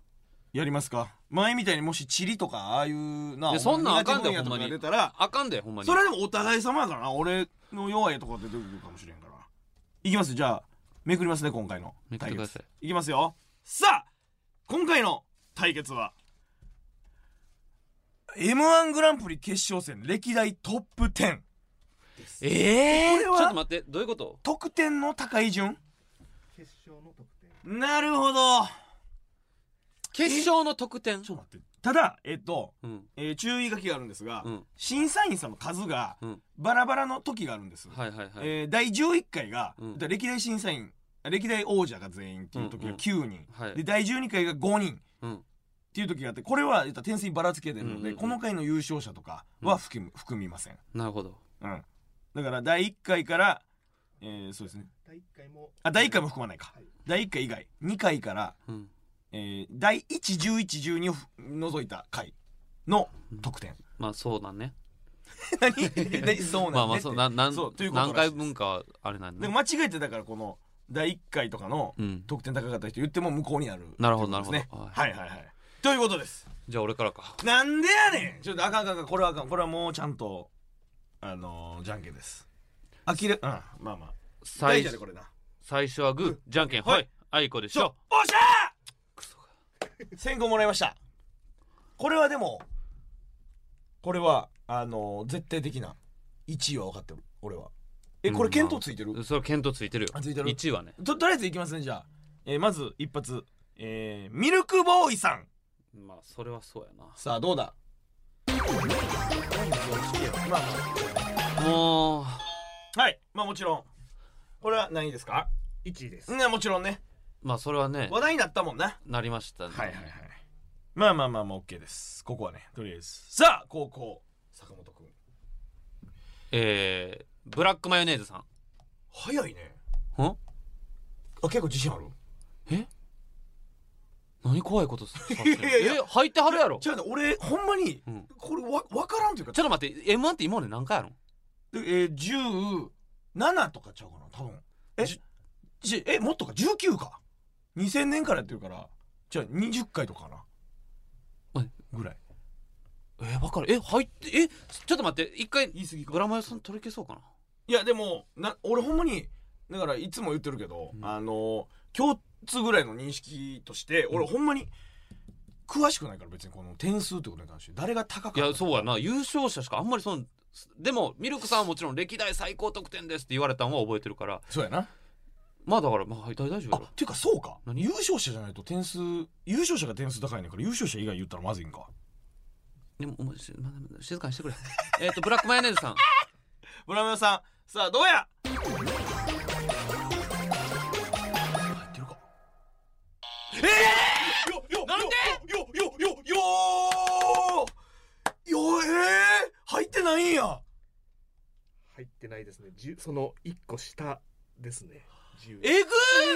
Speaker 5: やりますか前みたいにもしチリとかああいうない
Speaker 4: やそんなんあかんで
Speaker 5: 同じ分野と
Speaker 4: ほんまに
Speaker 5: 出たら
Speaker 4: あかんでほんまに
Speaker 5: それはでもお互い様やからな俺の弱いとこ出てくるかもしれんからいきますじゃあめくりますね今回の
Speaker 4: めくっ
Speaker 5: 対
Speaker 4: てくだ
Speaker 5: 決
Speaker 4: さい
Speaker 5: いきますよさあ今回の対決は m 1グランプリ決勝戦歴代トップ10
Speaker 4: ええ
Speaker 5: これ
Speaker 4: ち
Speaker 5: は
Speaker 4: ょっと待ってどういうこと
Speaker 5: 得点の高い順
Speaker 2: 決勝の得点
Speaker 5: なるほど
Speaker 4: 決勝の得点
Speaker 5: ちょっと待ってただえっと、
Speaker 4: うん
Speaker 5: えー注意書きがあるんですが、
Speaker 4: うん
Speaker 5: 審査員さんの数が
Speaker 4: うん
Speaker 5: バラバラの時があるんです、
Speaker 4: はいはいはい、
Speaker 5: えー第11回が、
Speaker 4: うん
Speaker 5: だ歴代審査員歴代王者が全員っていう時
Speaker 4: うん
Speaker 5: が
Speaker 4: うん
Speaker 5: 9人、
Speaker 4: はい
Speaker 5: で第12回が5人っ
Speaker 4: うん
Speaker 5: ていう時があってこれは言ったら点数にばらつけてるので、
Speaker 4: うんうんうん
Speaker 5: この回の優勝者とかは含む、含みません、
Speaker 4: なるほど
Speaker 5: うん、だから第1回から、えーそうですね
Speaker 2: 第1回も
Speaker 5: あ第1回も含まないか、
Speaker 2: はい
Speaker 5: 第1回以外2回から
Speaker 4: うん
Speaker 5: えー第11112を除いた回の得 点
Speaker 4: まあそうだね
Speaker 5: 何何そうなん
Speaker 4: まあまあそうななん
Speaker 5: そうということらし
Speaker 4: 何
Speaker 5: い
Speaker 4: 回分かはあれなん
Speaker 5: で
Speaker 4: で、
Speaker 5: も間違えてだからこの第1回とかの
Speaker 4: うん
Speaker 5: 得点高かった人言っても向こうにある
Speaker 4: なるほど
Speaker 5: ってことで
Speaker 4: な
Speaker 5: すね
Speaker 4: るほど
Speaker 5: は
Speaker 4: はい
Speaker 5: はいはいということです
Speaker 4: じゃあ俺からか
Speaker 5: なんでやねんちょっとあかんあかんあかんこれはあかんこれはもうちゃんとあのー、じゃんけんですあきれうんまあまあ大
Speaker 4: 最
Speaker 5: 事やでこれな
Speaker 4: 最初はグーじゃんけん
Speaker 5: は
Speaker 4: はいいあいこでし
Speaker 5: ちょ
Speaker 4: ょ
Speaker 5: おっしゃー先行もらいましたこれはでもこれはあのー、絶対的な1位は分かってる俺はえこれ見当ついてる、
Speaker 4: それ検討ついてる
Speaker 5: あ
Speaker 4: よ
Speaker 5: ついてる
Speaker 4: 1位はね
Speaker 5: ととりあえずいきますねじゃあ、えーまず一発、えーミルクボーイさん
Speaker 4: まあそれはそうやな
Speaker 5: さあどうだまあ
Speaker 4: もう
Speaker 5: まあはいまあもちろんこれは何位ですか
Speaker 6: 1位です
Speaker 5: ねもちろんね
Speaker 4: まあそれはね
Speaker 5: 話題になったもんな
Speaker 4: なりましたね
Speaker 5: まあまあまあまあ OK ですここはねとりあえずさあ高校坂本くん
Speaker 4: えーブラックマヨネーズさん
Speaker 5: 早いね
Speaker 4: ん
Speaker 5: あ結構自信ある
Speaker 4: 何怖 いことさせてんの
Speaker 5: いやいやいや
Speaker 4: え入ってはるやろ
Speaker 5: じゃあね俺ほんまに
Speaker 4: うん
Speaker 5: これわ分からんというか
Speaker 4: ちょっと待って M1 って今まで何回やろ
Speaker 5: でえー、17とかちゃうかな多分え
Speaker 4: じ
Speaker 5: じえもっとか19か2000年からやってるからじゃあ20回とかかな
Speaker 4: え
Speaker 5: ぐらい
Speaker 4: えー、わかるえ入ってえちょっと待って一回言い過ぎブラマヨさん取り消そうかない
Speaker 5: やでもな俺ほんまにだからいつも言ってるけど、
Speaker 4: うん
Speaker 5: あの共通ぐらいの認識として俺ほんまに詳しくないから別にこの点数ってことに関して誰が高かった
Speaker 4: いやそうやな優勝者しかあんまりそのでもミルクさんはもちろん歴代最高得点ですって言われたんは覚えてるから
Speaker 5: そうやな
Speaker 4: まあだからまあ大大丈夫
Speaker 5: あ
Speaker 4: や
Speaker 5: っ
Speaker 4: ろ
Speaker 5: ていうかそうか
Speaker 4: 何
Speaker 5: 優勝者じゃないと点数優勝者が点数高いねんから優勝者以外言ったらまずいんか
Speaker 4: でもお前し、まだまだ静かにしてくれ えっとブラックマヨネーズさん
Speaker 5: ブラムヨさんさあどうや入ってるかええー、よよなんでよよよよよよえー、入ってないんや
Speaker 6: 入ってないですね10その1個下ですね10
Speaker 4: えぐ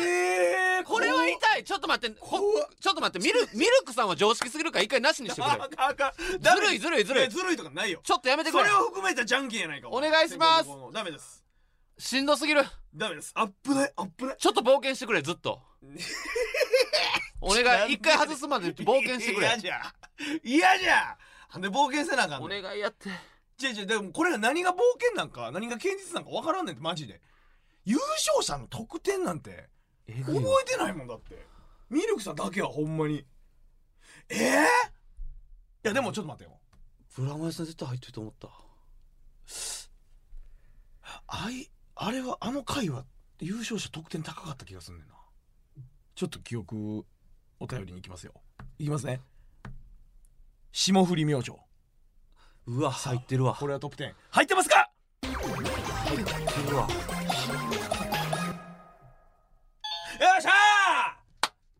Speaker 5: えー、
Speaker 4: これは痛いちょっと待ってほ
Speaker 5: 怖っ
Speaker 4: ちょっと待ってミルミルクさんは常識すぎるから一回なしにしてくれ
Speaker 5: あかんあかん
Speaker 4: ずるいずるいずるい
Speaker 5: やずるいとかないよ
Speaker 4: ちょっとやめてく
Speaker 5: そ
Speaker 4: れ
Speaker 5: れを含めたじゃんけんやないか
Speaker 4: お願いします
Speaker 5: 先行後攻のダメです
Speaker 4: しんどすぎる
Speaker 5: ダメですあっぶないあっぶない
Speaker 4: ちょっと冒険してくれずっ とお願い一回外すまで冒険してくれ
Speaker 5: 嫌じゃ嫌じゃなんで冒険せなあかんねん
Speaker 4: お願いやって
Speaker 5: 違う違うでもこれが何が冒険なんか何が堅実なんか分からんねんってマジで優勝者の得点なんて
Speaker 4: え
Speaker 5: 覚えてないもんだってミルクさんだけはほんまにええいやでもちょっと待ってよ
Speaker 4: ブラマヨさん絶対入ってると思った
Speaker 5: あいあれはあの回は優勝者得点高かった気がすんねんなちょっと記憶お便りに行きますよいきますね霜降り明星
Speaker 4: うわ入ってるわ
Speaker 5: これはトップ10入ってますか
Speaker 4: 入ってるわ
Speaker 5: よっしゃー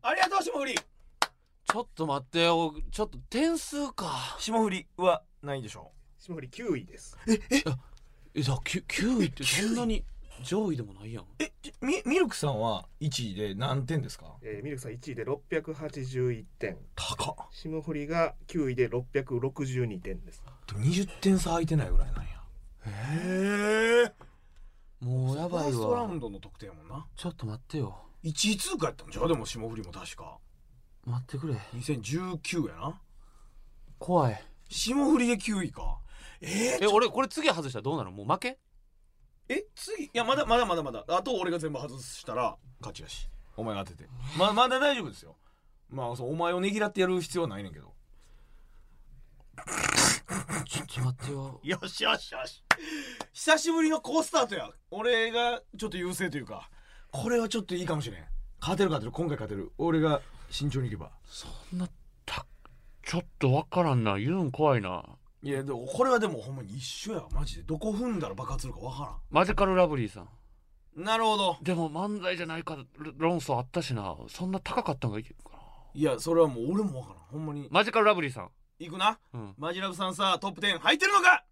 Speaker 5: ありがとう霜降り
Speaker 4: ちょっと待ってよちょっと点数か
Speaker 5: 霜降りはないでしょう
Speaker 6: 霜降り9位です
Speaker 4: えだきゅ9位ってそんなに上位でもないやん
Speaker 5: えじミミルクさんは1位で何点ですか
Speaker 6: えーミルクさん1位で681点
Speaker 5: 高っ
Speaker 6: 霜降りが9位で662点です
Speaker 5: でも20点差空いてないぐらいなんやへえ
Speaker 4: もうや
Speaker 5: ファ
Speaker 4: ば
Speaker 5: ー
Speaker 4: い
Speaker 5: スト
Speaker 4: わ
Speaker 5: ラウンドの得点やもんな
Speaker 4: ちょっと待ってよ
Speaker 5: 1位通過やったんじゃうでも霜降りも確か
Speaker 4: 待ってくれ
Speaker 5: 2019やな
Speaker 4: 怖い
Speaker 5: 霜降りで9位かえー、
Speaker 4: え俺これ次外したらどうなるもう負け
Speaker 5: え次いやまだまだまだまだあと俺が全部外したら勝ちやしお前が当ててままだ大丈夫ですよまあそうお前をねぎらってやる必要はないねんけど
Speaker 4: ちょっと待ってよ
Speaker 5: よしよしよし久しぶりの好スタートや俺がちょっと優勢というかこれはちょっといいかもしれん勝てる勝てる今回勝てる俺が慎重にいけば
Speaker 4: そんなたちょっとわからんな言うん怖いない
Speaker 5: やでもこれはでもほんまに一緒やわマジでどこ踏んだら爆発するかわか
Speaker 4: マジカルラブリーさん
Speaker 5: らんなるほど
Speaker 4: でも漫才じゃないかル論争あったしなそんな高かったんがいけるかない
Speaker 5: やそれはもう俺もわからんほんまに
Speaker 4: マジカルラブリーさん
Speaker 5: いくな
Speaker 4: うん
Speaker 5: マジラブさんさトップ10入ってるのか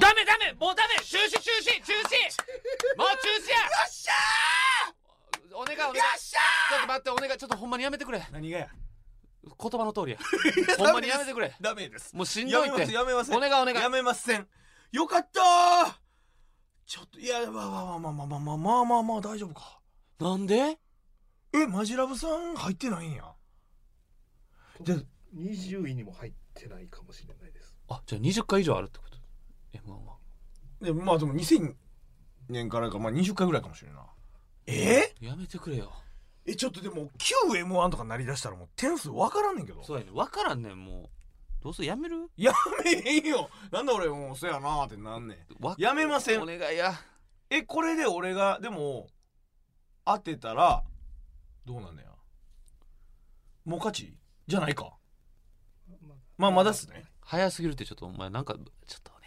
Speaker 4: ダメダメもうダメ中止中止中止もう中止や
Speaker 5: よっしゃ
Speaker 4: お願いお願いちょっと待ってお願いちょっとほんまにやめてくれ
Speaker 5: 何がや
Speaker 4: 言葉の通 りやほんまにやめてくれ
Speaker 5: ダメです
Speaker 4: もうしんどいって
Speaker 5: やめますや
Speaker 4: お
Speaker 5: めませ
Speaker 4: 願
Speaker 5: ん
Speaker 4: いお願い
Speaker 5: やめませんよかったーちょっといやまあまあまあまあまあまあまあまあ大丈夫か
Speaker 4: なんで
Speaker 5: えマジラブさん入ってないんやじゃあ
Speaker 6: 20位にも入ってないかもしれないです。
Speaker 4: あじゃあ20回以上あるってこと M1 は
Speaker 5: でもまあでも2000年からかまあ20回ぐらいかもしれんなえ
Speaker 4: やめてくれよ
Speaker 5: ー、えちょっとでも 9M1 とかなりだしたらもう点数わからんねんけど
Speaker 4: そうやね分からんねんもうどうせやめる
Speaker 5: やめへんよなんで俺もうそやなーってなんねん
Speaker 4: わ
Speaker 5: やめません
Speaker 4: お願いや
Speaker 5: えこれで俺がでも当てたらどうなんねやもう勝ちじゃないかまあまだっすね
Speaker 4: 早すぎるってちょっとお前なんかちょっとお願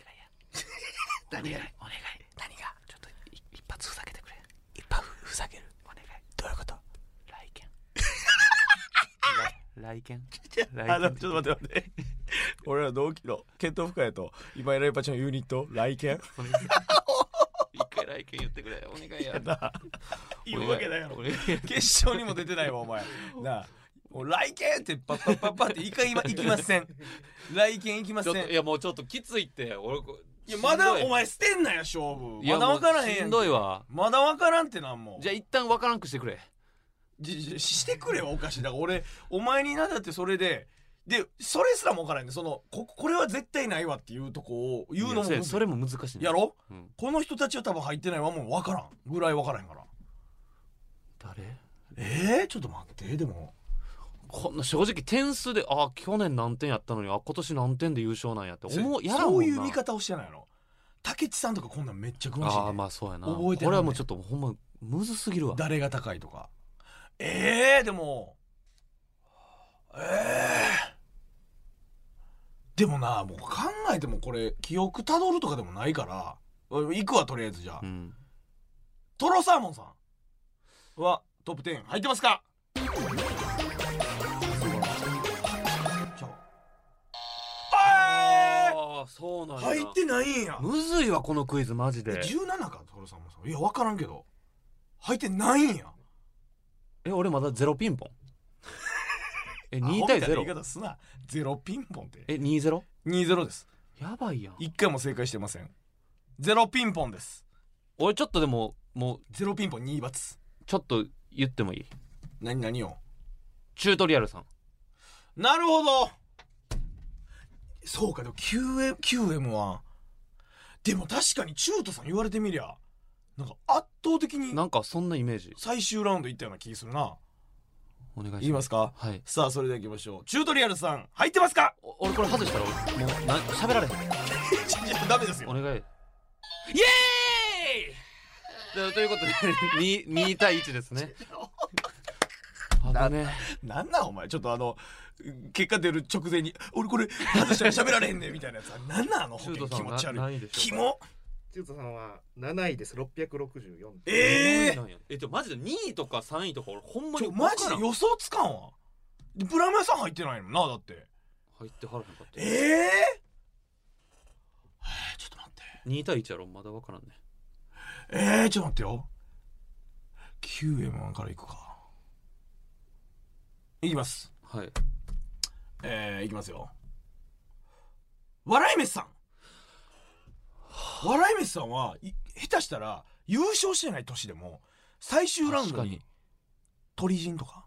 Speaker 4: いや何がお願い何がちょっとい一発ふざけてくれ一発ふざけるお願いどういうこと来 県ら来県
Speaker 5: あのちょっと待って待って俺ら同期の検討深やと今井ライパちゃんのユニット来県
Speaker 4: お願い一回来県言ってくれお願いや
Speaker 5: な言うわけだよ
Speaker 4: お願い
Speaker 5: 決勝にも出てないわお前なあもう来県ってパッパッパッパって一回今行きません来県行きま
Speaker 4: ち
Speaker 5: せ
Speaker 4: ょっ
Speaker 5: ん
Speaker 4: といやもうちょっときついって俺こ
Speaker 5: いやまだ
Speaker 4: しんどい
Speaker 5: お前捨てんなよ勝負
Speaker 4: いや
Speaker 5: まだ分からへん
Speaker 4: も
Speaker 5: や
Speaker 4: うんしんどいわ
Speaker 5: まだ分からんってなんも
Speaker 4: じゃあ一旦分からんくしてくれ
Speaker 5: じじしてくれはおかしいだから俺お前になだってそれででそれすらも分からんねんそのここれは絶対ないわっていうとこを言うのも
Speaker 4: いや
Speaker 5: むず
Speaker 4: それも難しいね
Speaker 5: やろ
Speaker 4: うん
Speaker 5: この人たちは多分入ってないわもう分からんぐらい分からへんから
Speaker 4: 誰
Speaker 5: えー、ちょっと待ってでも
Speaker 4: こんな正直点数であ去年何点やったのにあ今年何点で優勝なんやって思うやらんもんな
Speaker 5: そういう見方をしてないの竹内さんとかこんなんめっちゃ詳しい、ね
Speaker 4: ああまあそうやな
Speaker 5: 覚えてはんねん
Speaker 4: これはもうちょっとほんまむずすぎるわ
Speaker 5: 誰が高いとかええー、でもええー、でもなもう考えてもこれ記憶たどるとかでもないからうん行くわとりあえずじゃあ、
Speaker 4: うん
Speaker 5: トロサーモンさんはトップ10入ってますかじゃあ
Speaker 4: ああそうなん
Speaker 5: あ
Speaker 4: や
Speaker 5: ー入ってないんや
Speaker 4: むずいわこのクイズマジで
Speaker 5: 17かトロサーモンさんいや分からんけど入ってないんや
Speaker 4: え俺まだゼロピン ポンえ
Speaker 5: アホみ
Speaker 4: 2
Speaker 5: たい
Speaker 4: 対
Speaker 5: な言い
Speaker 4: 0
Speaker 5: 方すなゼロピンポンって
Speaker 4: え二ゼロ
Speaker 5: 2ゼロです
Speaker 4: やばいやん
Speaker 5: 一回も正解してませんゼロピンポンです
Speaker 4: 俺ちょっとでももう
Speaker 5: ゼロピンポン2罰
Speaker 4: ちょっと言ってもいい
Speaker 5: 何何を
Speaker 4: チュートリアルさん
Speaker 5: なるほどそうかでも 9M, 9M はでも確かに中途さん言われてみりゃなんか圧倒的に
Speaker 4: なんかそんなイメージ
Speaker 5: 最終ラウンドいったような気するな
Speaker 4: お願い
Speaker 5: 言
Speaker 4: し
Speaker 5: い
Speaker 4: ま
Speaker 5: ますすか
Speaker 4: はい
Speaker 5: さあそれではいきましょうチュートリアルさん入ってますか
Speaker 4: お俺これ外したら俺もうな喋られへん
Speaker 5: いやダメですよ
Speaker 4: お願いイエーイということで 2, 2対1ですね あだね
Speaker 5: なんなんお前ちょっとあの結果出る直前に俺これ外したら喋られへんねんみたいなやつはなんなんあの保険
Speaker 4: 中途さ
Speaker 5: 気
Speaker 4: ん
Speaker 5: 持ち悪
Speaker 4: ないないで
Speaker 5: キ
Speaker 4: しょうか
Speaker 5: モ
Speaker 6: 中途さんは7位です。664点。
Speaker 5: ええー、
Speaker 4: なんやえでもマジで2位とか3位とか俺ほんま
Speaker 5: ち
Speaker 4: に
Speaker 5: ょマジ
Speaker 4: わか
Speaker 5: で
Speaker 4: らん
Speaker 5: 予想つかんわでブラマヨさん入ってないのなだって
Speaker 4: 入ってはらへんかった
Speaker 5: えええーちょっと待って
Speaker 4: 2対1やろまだわからんね
Speaker 5: えー、ちょっと待ってよ 9M1 からいくかいきます
Speaker 4: はい
Speaker 5: えー、いきますよ笑い飯さん笑い飯さんはい下手したら優勝してない年でも最終ラウン
Speaker 4: 確
Speaker 5: ド
Speaker 4: か
Speaker 5: に
Speaker 4: に
Speaker 5: 鳥人とか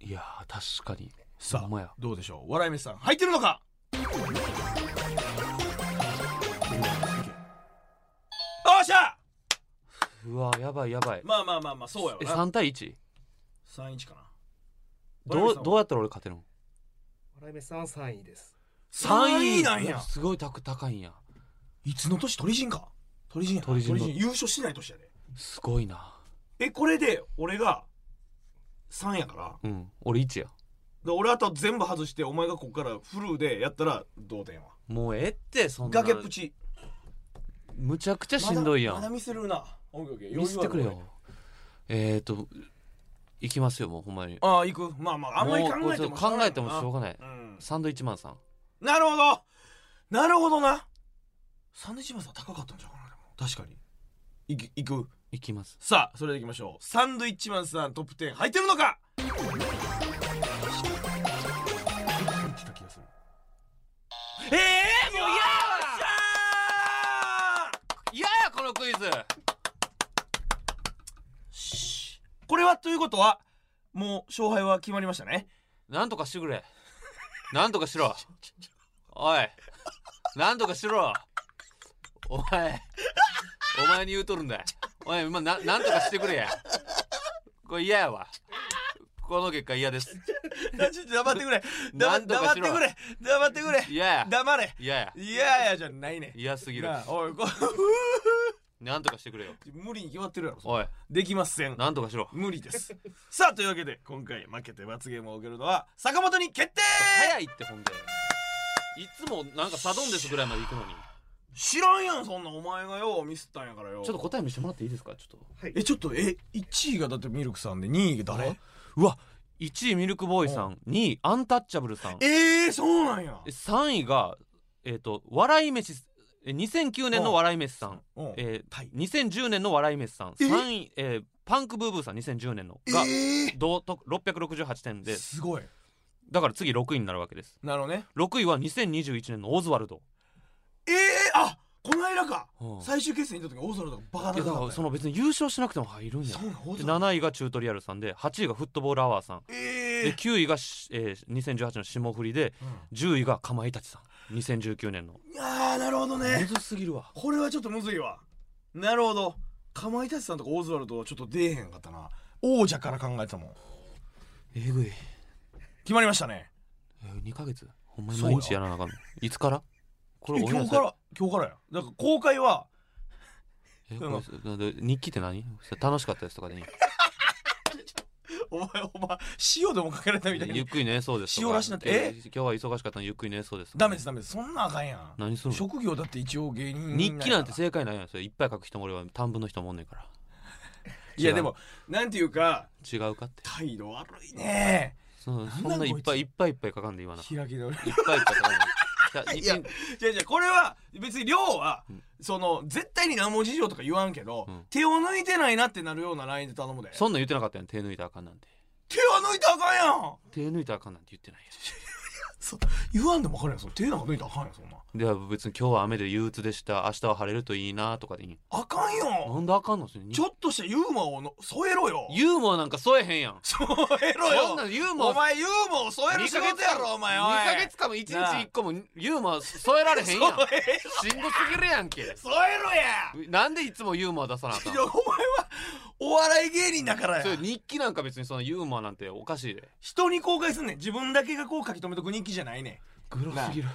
Speaker 4: いやー確かに
Speaker 5: さ
Speaker 4: ほんまや
Speaker 5: あどうでしょう笑い飯さん入ってるのかよっしゃ
Speaker 4: うわやばいやばい
Speaker 5: まあまあまあまあそうや
Speaker 4: え
Speaker 5: わな
Speaker 4: 3対 1?
Speaker 5: 31かな
Speaker 4: ど
Speaker 5: 笑い飯さん
Speaker 4: う
Speaker 5: は
Speaker 4: どうやったら俺勝てるの
Speaker 6: 笑い飯さんは3位です。
Speaker 5: 3位なん
Speaker 4: うわ
Speaker 5: や
Speaker 4: すごい高高いんや
Speaker 5: いつの年鳥人か鳥人やな
Speaker 4: 鳥人の
Speaker 5: 優勝してない年やです
Speaker 4: ごいな
Speaker 5: えこれで俺が3やから
Speaker 4: うん俺1や
Speaker 5: で俺あと全部外してお前がここからフルでやったら同点は
Speaker 4: もうええってそんな
Speaker 5: 崖っぷち
Speaker 4: むちゃくちゃしんどいやん、
Speaker 5: まだまだ見せるなオッケーオッケー余裕ある
Speaker 4: 見せてくれよえーと行きますよもうほんまに
Speaker 5: ああ行くまあまああんまり考
Speaker 4: う
Speaker 5: えてもしょうが
Speaker 4: 考
Speaker 5: ない
Speaker 4: えてもしょうがない
Speaker 5: うん
Speaker 4: サンドイッチマンさん
Speaker 5: なるほどなるほどなサンドイッチマンさん高かったんじゃうかなでも確かにいくいく
Speaker 4: いきます
Speaker 5: さあそれでいきましょうサンドイッチマンさんトップ10入ってるのか入ってた気がするええもう嫌やわ
Speaker 4: いややこのクイズ
Speaker 5: これはということはもう勝敗は決まりましたね
Speaker 4: なんとかしてくれなんとかしろおいなんとかしろお前お前に言うとるんだおい今ななんとかしてくれやこれ嫌やわこの結果嫌です
Speaker 5: なちょっと黙ってく れ
Speaker 4: な
Speaker 5: 黙
Speaker 4: んと
Speaker 5: 黙
Speaker 4: か
Speaker 5: っ
Speaker 4: してろ
Speaker 5: くれ黙ってくれ
Speaker 4: 嫌や
Speaker 5: 黙れ
Speaker 4: 嫌や
Speaker 5: いやいやじゃないね
Speaker 4: 嫌すぎる
Speaker 5: なあおいこ
Speaker 4: なんとかしてくれよ
Speaker 5: 無理に決まってるやろ
Speaker 4: おい
Speaker 5: できません
Speaker 4: なんとかしろ
Speaker 5: 無理です さあというわけで今回負けて罰ゲームを受けるのは坂本に決定
Speaker 4: 早いってほんでいつもなんかサドンデスぐらいまで行くのに
Speaker 5: 知らんやんそんなお前がよミスったんやからよ
Speaker 4: ちょっと答え見せてもらっていいですかちょっと
Speaker 6: はい
Speaker 5: えちょっとえ1位がだってミルクさんで2位が誰
Speaker 4: うわ1位ミルクボーイさん2位アンタッチャブルさん
Speaker 5: えー、そうなんや
Speaker 4: え3位がえっ、と笑い飯え2009年の笑い飯さん、
Speaker 5: うん
Speaker 4: えー
Speaker 5: タイ
Speaker 4: 2010年の笑い飯さん
Speaker 5: え
Speaker 4: 3位、えーパンクブーブーさん2010年の
Speaker 5: え
Speaker 4: が
Speaker 5: ー
Speaker 4: 同得668点です
Speaker 5: ごい
Speaker 4: だから次6位になるわけです
Speaker 5: なるほどね
Speaker 4: 6位は2021年のオズワルド、
Speaker 5: えー、あこの間か、
Speaker 4: うん
Speaker 5: 最終決戦に行った時大空とかバカ
Speaker 4: いやだ
Speaker 5: なか
Speaker 4: か
Speaker 5: っ
Speaker 4: ら
Speaker 5: た
Speaker 4: そ
Speaker 5: よ
Speaker 4: の別に優勝しなくても入るんや
Speaker 5: そうなん大
Speaker 4: で
Speaker 5: 空
Speaker 4: 7位がチュートリアルさんで8位がフットボールアワーさん
Speaker 5: え
Speaker 4: で
Speaker 5: ー、
Speaker 4: 9位がし、えー2018の霜降りで10位がかまいたちさん2019年の
Speaker 5: うん、あーなるほど
Speaker 4: む
Speaker 5: ね
Speaker 4: ずすぎるわ
Speaker 5: これはちょっとむずいわなるほどかまいたちさんとか大空とはちょっと出えへんかったな王者から考えてたもん
Speaker 4: えぐい
Speaker 5: 決まりましたね
Speaker 4: 2ヶ月ほんまに
Speaker 5: そう
Speaker 4: 毎
Speaker 5: よ
Speaker 4: 日やらなあかんのいつからこれ
Speaker 5: え
Speaker 4: オンエア
Speaker 5: 今日
Speaker 4: さ
Speaker 5: から今日からやだから公開は
Speaker 4: えこれで日記って何楽しかったですとかでいい
Speaker 5: お前お前塩でもかけられたみたい
Speaker 4: ゆっ
Speaker 5: に
Speaker 4: くり寝そうですとか
Speaker 5: 塩らしなってえ
Speaker 4: 今日は忙しかったのでゆっくり寝そうですとか
Speaker 5: ダメですダメですそんなあかんやん
Speaker 4: 何するの
Speaker 5: 職業だって一応芸人
Speaker 4: 日記なんて正解ないやんそれいっぱい書く人もおれば短文の人もおんねんから
Speaker 5: いやでもなんていうか
Speaker 4: 違うかって
Speaker 5: 態度悪いね
Speaker 4: その
Speaker 5: なん
Speaker 4: そ
Speaker 5: なんん
Speaker 4: ない
Speaker 5: こいつ
Speaker 4: っぱいいっぱいいっぱい書かんでいいわないっ
Speaker 5: 開 き直り
Speaker 4: ぱいいっぱい書かんで いい
Speaker 5: い
Speaker 4: じゃ
Speaker 5: や
Speaker 4: あ
Speaker 5: い
Speaker 4: 日記
Speaker 5: じゃあじゃあこれは別に量は、
Speaker 4: うん
Speaker 5: その絶対に何も事情とか言わんけど、
Speaker 4: うん
Speaker 5: 手を抜いてないなってなるようなラインで頼むで
Speaker 4: そんなん言ってなかったやん手抜いたらあかんなんて
Speaker 5: 手は抜いたらあかんやん
Speaker 4: 手抜いたらあかんなんて言ってないや
Speaker 5: そ言わんでも分かるやんその手なんか抜いたらあかんやんそんなん
Speaker 4: では別に今日は雨で憂鬱でした明日は晴れるといいなとかでいい
Speaker 5: あかんよ
Speaker 4: なんであかんのそれ
Speaker 5: ちょっとしたユーモアをの添えろよ
Speaker 4: ユーモアなんか添えへんやん
Speaker 5: 添えろ
Speaker 4: そん
Speaker 5: よ
Speaker 4: なんユーモア
Speaker 5: お前ユーモアを添える仕事やろお前おい
Speaker 4: 2ヶ月間も1
Speaker 5: なあ
Speaker 4: 日1個もユーモア添えられへんやん
Speaker 5: 添えろ
Speaker 4: しんどすぎるやんけ
Speaker 5: 添えろや
Speaker 4: なんでいつもユーモア出さなあかん
Speaker 5: いやお前はお笑い芸人だからや
Speaker 4: それ日記なんか別にそのユーモアなんておかしいで
Speaker 5: 人に公開すんねん自分だけがこう書き留めとく日記じゃないねん
Speaker 4: グロすぎる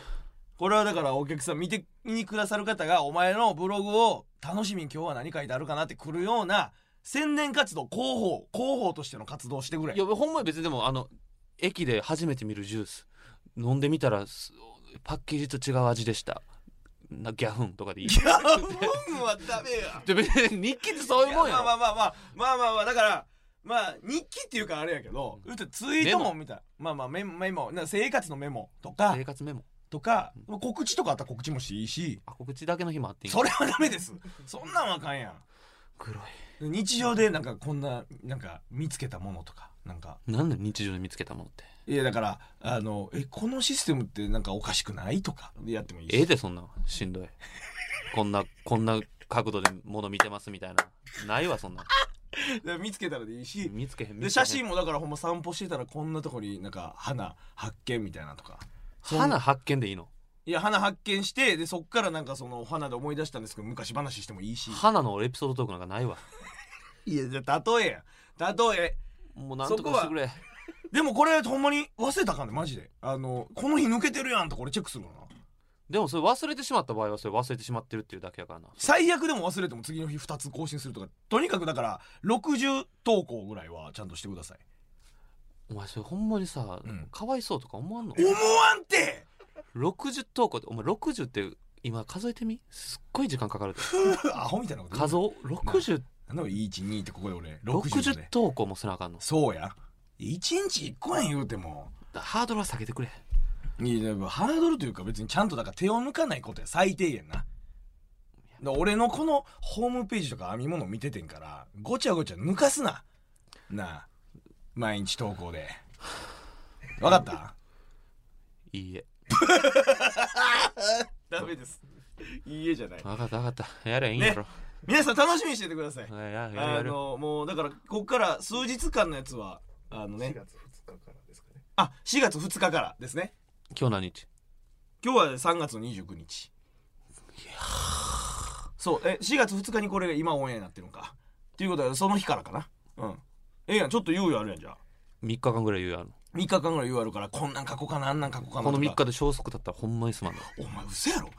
Speaker 5: これはだからお客さん見てにくださる方がお前のブログを楽しみに今日は何書いてあるかなって来るような宣伝活動広報広報としての活動をしてくれ
Speaker 4: いやほんまに別にでもあの駅で初めて見るジュース飲んでみたらすパッケージと違う味でしたなギャフンとかでいい
Speaker 5: いや文はダメや
Speaker 4: で別に日記ってそういうもんや
Speaker 5: まあ
Speaker 4: ろ
Speaker 5: まあまあまあまあまあまあだからまあ日記っていうかあれやけど、うてツイート
Speaker 4: メ
Speaker 5: もみたいなまあまあメメモな生活のメモとか
Speaker 4: 生活メモ
Speaker 5: とか告知とかあったら告知もしていいし
Speaker 4: あ告知だけの日もあっていい
Speaker 5: それはダメですそんなんはあかんやん
Speaker 4: 黒い
Speaker 5: 日常でなんかこんななんか見つけたものとかなんか
Speaker 4: なんで日常で見つけたものって
Speaker 5: いやだからあのえこのシステムってなんかおかしくないとかでやってもいいし
Speaker 4: ええでそんなんしんどいこんなこんな角度で物見てますみたいなないわそんなん
Speaker 5: だから見つけたらでいいし
Speaker 4: 見つけへん見つけへん
Speaker 5: で写真もだからほんま散歩してたらこんなとこになんか花発見みたいなとかそん
Speaker 4: 花発見でいいの
Speaker 5: いや花発見してでそっからなんかその花で思い出したんですけど昔話してもいいし
Speaker 4: 花のエピソードトークなんかないわ
Speaker 5: いやじゃあ例えやん例え
Speaker 4: もうなんとかしてくれ
Speaker 5: でもこれほんまに忘れたらあかんねマジであのこの日抜けてるやんとこれチェックするからな
Speaker 4: でもそれ忘れてしまった場合はそれ忘れてしまってるっていうだけやからな
Speaker 5: 最悪でも忘れても次の日2つ更新するとかとにかくだから60投稿ぐらいはちゃんとしてください
Speaker 4: お前それほんまにさ、
Speaker 5: うん
Speaker 4: かわいそうとか思わんの
Speaker 5: 思わんて
Speaker 4: 60投稿ってお前60って今数えてみすっごい時間か かるで
Speaker 5: ふうアホみたいなこと
Speaker 4: 数を60
Speaker 5: なんだろ112ってここで俺60
Speaker 4: 60
Speaker 5: で
Speaker 4: 投稿もせなあかんの
Speaker 5: そうや1日1個やん言うても
Speaker 4: ハードルは下げてくれ
Speaker 5: いやでもハードルというか別にちゃんとだから手を抜かないことや最低限なで俺のこのホームページとか編み物見ててんからごちゃごちゃ抜かすななあ毎日投稿で分かった
Speaker 4: いいえ
Speaker 5: ダメですいいえじゃない
Speaker 4: 分かった分かったやればいいんやろ、
Speaker 5: 皆さん楽しみにしててください
Speaker 4: やややる
Speaker 5: あ
Speaker 4: やる
Speaker 5: のもうだからこっから数日間のやつはあの
Speaker 6: 4
Speaker 5: ね
Speaker 6: 月2日からですかね。
Speaker 5: あ4月2日からですね
Speaker 4: 今日何日
Speaker 5: 今日は3月の29日そうえ4月2日にこれが今オンエアになってるのかっていうことはその日からかなうんええやんちょっと猶予あるやんじゃあ
Speaker 4: 3日間ぐらい言うやん
Speaker 5: 3日間ぐらい猶予あるからこんなん書こうかなあんなん書こうかな
Speaker 4: この
Speaker 5: とか
Speaker 4: 3日で消息だったらほんまにすまんな
Speaker 5: お前嘘やろ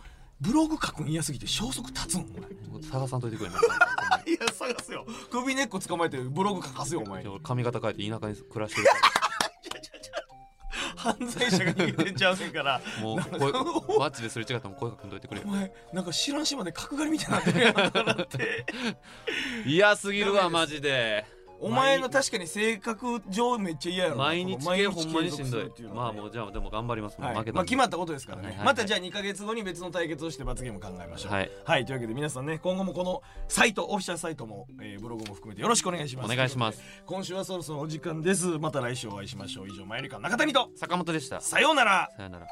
Speaker 5: ブログ書くん嫌すぎて消息立つんお前
Speaker 4: 探さんといてくれない
Speaker 5: や探すよ首根っこ捕まえてブログ書かすよお前
Speaker 4: 俺髪型変えて田舎に暮らしてるか
Speaker 5: 犯罪者が逃げてんちゃうねんか
Speaker 4: ら
Speaker 5: ら
Speaker 4: も う声マッチですれ違ったらもう声かけんといてくれ
Speaker 5: お
Speaker 4: よ
Speaker 5: 前なんか知らん島で角刈りみたいになってるやんだか らって
Speaker 4: 嫌すぎるわマジで
Speaker 5: お前の確かに性格上めっちゃ嫌やろな
Speaker 4: 毎日系ほんまにしんど
Speaker 5: 毎日継続する
Speaker 4: い
Speaker 5: っていうのは
Speaker 4: まあ
Speaker 5: ね
Speaker 4: もうじゃあでも頑張りますもう
Speaker 5: はい
Speaker 4: 負けたんで
Speaker 5: まあ、決まったことですから
Speaker 4: は
Speaker 5: ね、
Speaker 4: いはいはい
Speaker 5: またじゃあ2か月後に別の対決をして罰ゲームを考えましょう
Speaker 4: はい、
Speaker 5: というわけで皆さんね今後もこのサイトオフィシャルサイトも、えーブログも含めてよろしくお願いします
Speaker 4: お願いします
Speaker 5: 今週はそろそろお時間ですまた来週お会いしましょう以上マイリカの中谷と
Speaker 4: 坂本でしたさ
Speaker 5: さようなら
Speaker 4: よなら